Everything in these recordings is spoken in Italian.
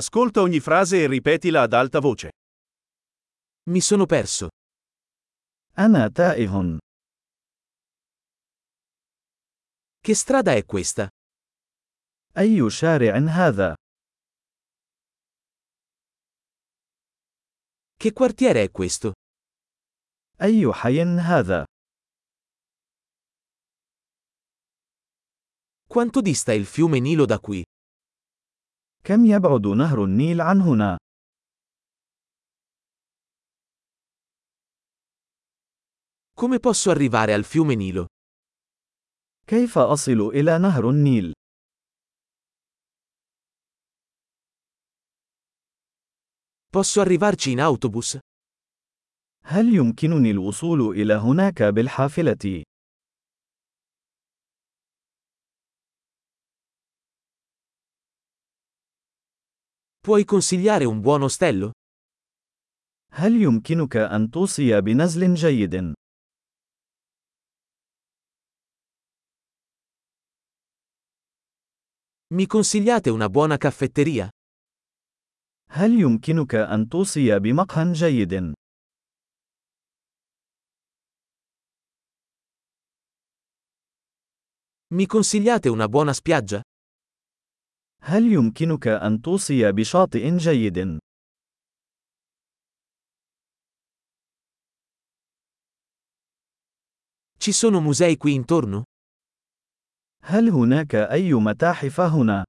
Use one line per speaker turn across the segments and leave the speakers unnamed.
Ascolta ogni frase e ripetila ad alta voce.
Mi sono perso.
أنا تائه.
Che strada è questa?
أي شارع هذا؟
Che quartiere è questo?
أي حي هذا؟
Quanto dista il fiume Nilo da qui?
كم يبعد نهر النيل عن هنا؟
Come posso arrivare al fiume Nilo?
كيف أصل إلى نهر النيل؟
Posso arrivarci in autobus?
هل يمكنني الوصول إلى هناك بالحافلة؟
Puoi consigliare un buon ostello?
هل يمكنك أن توصي بنزل جيد؟
Mi consigliate una buona caffetteria?
هل يمكنك أن توصي بمقهى جيد؟
Mi consigliate una buona spiaggia?
هل يمكنك أن توصي بشاطئ جيد؟
Ci sono musei qui intorno?
هل هناك أي متاحف هنا؟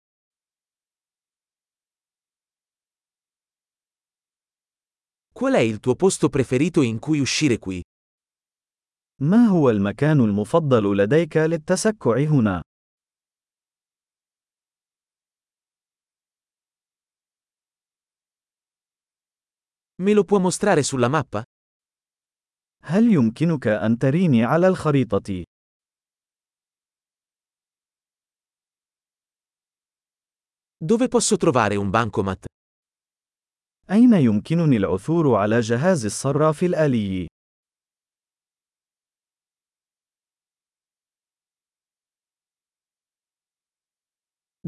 Qual è il tuo posto preferito in cui uscire qui?
ما هو المكان المفضل لديك للتسكع هنا؟
Me lo può mostrare sulla mappa?
هل يمكنك أن تريني على الخريطة؟
Dove posso trovare un bancomat?
أين يمكنني العثور على جهاز الصراف الآلي؟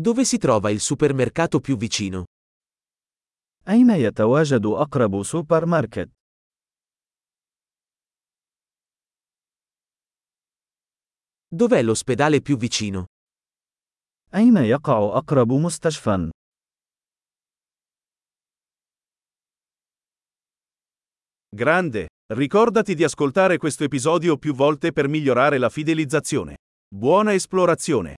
Dove si trova il supermercato più vicino?
أين يتواجد أقرب سوبر ماركت؟
Dov'è l'ospedale più vicino?
أين يقع أقرب مستشفى؟
Grande. Ricordati di ascoltare questo episodio più volte per migliorare la fidelizzazione. Buona esplorazione!